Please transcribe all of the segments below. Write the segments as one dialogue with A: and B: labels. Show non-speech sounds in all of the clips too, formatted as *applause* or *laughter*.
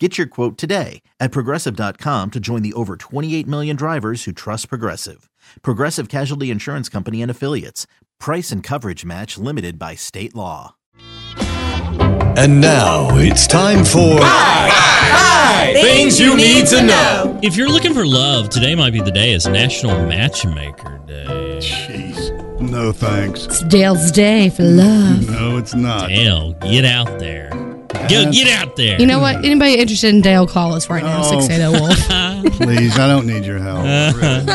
A: Get your quote today at progressive.com to join the over 28 million drivers who trust Progressive. Progressive Casualty Insurance Company and Affiliates. Price and coverage match limited by state law.
B: And now it's time for
C: Things you need to know.
D: If you're looking for love, today might be the day. It's National Matchmaker Day.
E: Jeez. No thanks.
C: It's Dale's day for love.
E: No, it's not.
D: Dale, get out there. Go, get out there.
C: You know what? Anybody interested in Dale, call us right now.
E: Oh.
C: Six eight zero
D: *laughs*
C: wolf.
E: Please, I don't need your help.
D: Uh-huh.
E: I really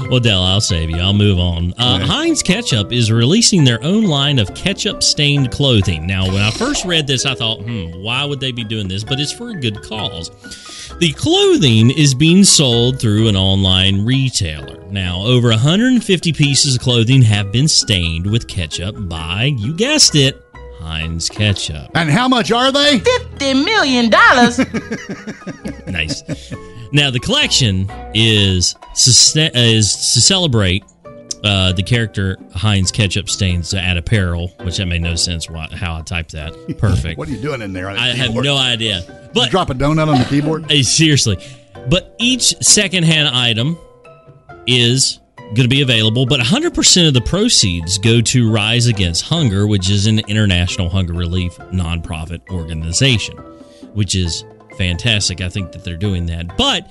E: don't.
D: well, Dale, I'll save you. I'll move on. Uh,
E: Okay.
D: Heinz Ketchup is releasing their own line of ketchup stained clothing. Now, when I first read this, I thought, hmm, why would they be doing this? But it's for a good cause. The clothing is being sold through an online retailer. Now, over 150 pieces of clothing have been stained with ketchup by, you guessed it, Heinz Ketchup.
E: And how much are they?
F: $50 million. dollars.
D: nice. Now the collection is sus- uh, is to celebrate uh, the character Heinz Ketchup Stains at apparel, which that made no sense. Why, how I typed that? Perfect.
E: What are you doing in there? On
D: I have no idea. But
E: Drop a donut on the keyboard?
D: Hey, seriously. But each secondhand item is going to be available, but 100% of the proceeds go to Rise Against Hunger, which is an international hunger relief nonprofit organization, which is fantastic. I think that they're doing that. But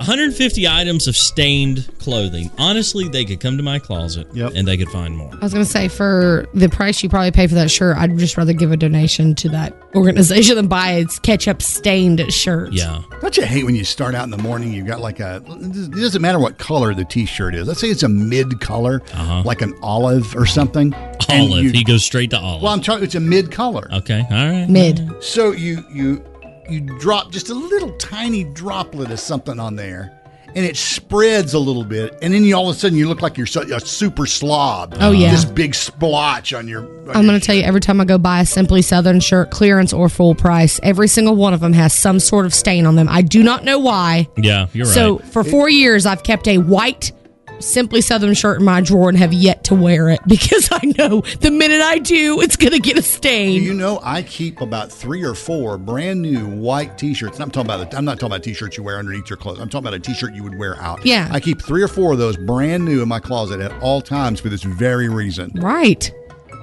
D: 150 items of stained clothing. Honestly, they could come to my closet
E: Yep.
D: and they could find more.
C: I was gonna say for the price you probably pay for that shirt, I'd just rather give a donation to that organization than buy its ketchup stained shirt.
D: Yeah.
E: Don't you hate when you start out in the morning? You've got like a. It doesn't matter what color the T-shirt is. Let's say it's a mid color,
D: Uh-huh.
E: like an olive or something. And
D: Olive.
E: you-
D: he goes straight to olive.
E: well, I'm trying. It's a mid color.
D: okay. All right.
C: Mid.
E: So you you you drop just a little tiny droplet of something on there, and it spreads a little bit, and then you all of a sudden you look like you're su- a super slob.
C: Oh, yeah.
E: this big splotch on your. on
C: I'm
E: your
C: gonna tell you every time I go buy a Simply Southern shirt, clearance or full price, every single one of them has some sort of stain on them. I do not know why.
D: Yeah, you're right.
C: So for four years, I've kept a white Simply Southern shirt in my drawer and have yet to wear it *laughs* because I know the minute I do, it's going to get a
E: Do
C: stain.
E: You know, I keep about three or four brand new white T-shirts. And I'm talking about I'm not talking about T-shirts you wear underneath your clothes. I'm talking about a T-shirt you would wear out.
C: Yeah.
E: I keep three or four of those brand new in my closet at all times for this very reason,
C: right.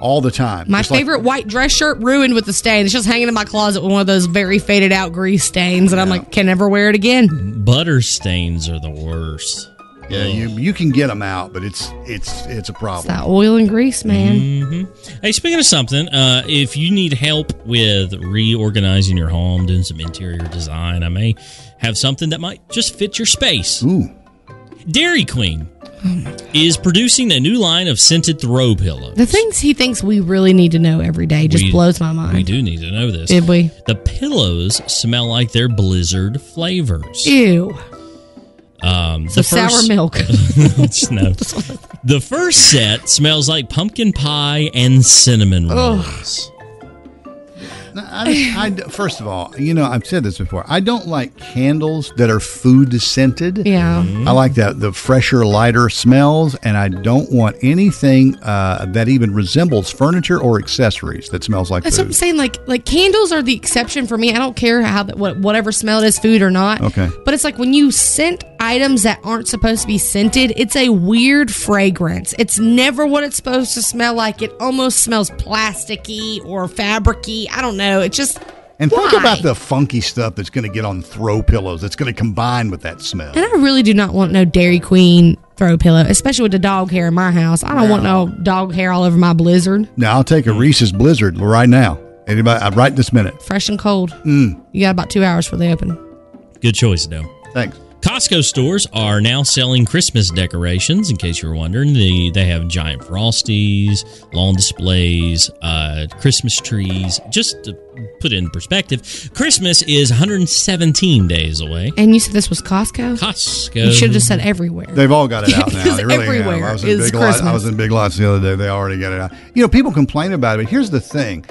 E: all the time.
C: My
E: Just like-
C: favorite white dress shirt ruined with the stain. It's just hanging in my closet with one of those very faded out grease stains, and I'm like, can never wear it again.
D: Butter stains are the worst.
E: yeah, you you can get them out, but it's it's it's a
C: It's
E: problem.
C: that oil and grease, man.
D: Hey, speaking of something, uh, if you need help with reorganizing your home, doing some interior design, I may have something that might just fit your space.
E: Ooh,
D: Dairy Queen is producing a new line of scented throw pillows.
C: The things he thinks we really need to know every day just
D: We-
C: blows my mind.
D: We do need to know this.
C: Did we?
D: The pillows smell like their blizzard flavors.
C: Ew.
D: Um,
C: So sour milk.
D: It's *laughs* no. The first set smells like pumpkin pie and cinnamon rolls.
E: No, I, I- first of all, you know I've said this before. I don't like candles that are food scented.
C: yeah.
E: I like that the fresher, lighter smells, and I don't want anything uh, that even resembles furniture or accessories that smells like
C: That's what I'm
E: food.
C: saying. Like like candles are the exception for me. I don't care how that what whatever smell it is, food or not.
E: Okay.
C: But it's like when you scent items that aren't supposed to be scented, it's a weird fragrance. It's never what it's supposed to smell like. It almost smells plasticky or fabricy. I don't know. It's just
E: And think
C: Why?
E: about the funky stuff that's going to get on throw pillows. That's going to combine with that smell.
C: and I really do not want no Dairy Queen throw pillow, especially with the dog hair in my house. I don't want no dog hair all over my blizzard.
E: Now I'll take a Reese's Blizzard right now. Anybody? uh, Right this minute.
C: Fresh and cold. Mm. You got about two hours before they open.
D: Good choice, though.
E: Thanks.
D: Costco stores are now selling Christmas decorations. In case you were wondering, the, they have giant frosties, lawn displays, uh, Christmas trees. Just to put it in perspective, Christmas is 117 days away.
C: And you said this was Costco?
D: Costco.
C: You should have said everywhere.
E: They've all got it out now.
C: Because
E: They really have.
C: everywhere
E: I was in
C: is
E: big lots. I
C: Christmas.
E: was in big lots the other day. They already got it out. You know, people complain about it, but here's the thing: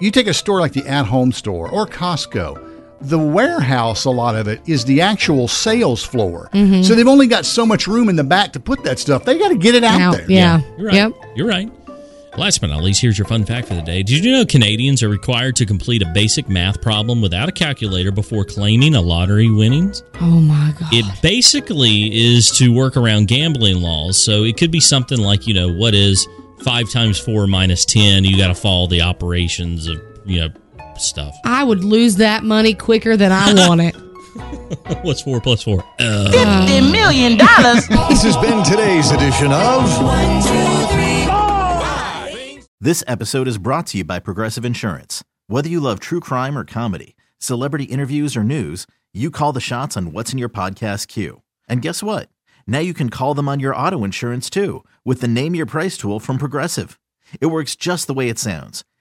E: you take a store like the At Home store or Costco. The warehouse, a lot of it is the actual sales floor.
C: Mm-hmm.
E: So they've only got so much room in the back to put that stuff. They got to get it out,
C: Out,
E: there.
C: Yeah.
D: You're right.
C: Yep.
D: You're right. Last but not least, here's your fun fact for the day. Did you know Canadians are required to complete a basic math problem without a calculator before claiming a lottery winnings?
C: Oh my god.
D: It basically is to work around gambling laws. So it could be something like, you know, what is five times four minus 10? You got to follow the operations of, you know, stuff.
C: I would lose that money quicker than I want it.
D: *laughs* What's four plus four? Uh,
F: Fifty million dollars.
B: This has been today's edition of
A: This episode is brought to you by Progressive Insurance. Whether you love true crime or comedy, celebrity interviews or news, you call the shots on what's in your podcast queue. And guess what? Now you can call them on your auto insurance too with the Name Your Price tool from Progressive. It works just the way it sounds.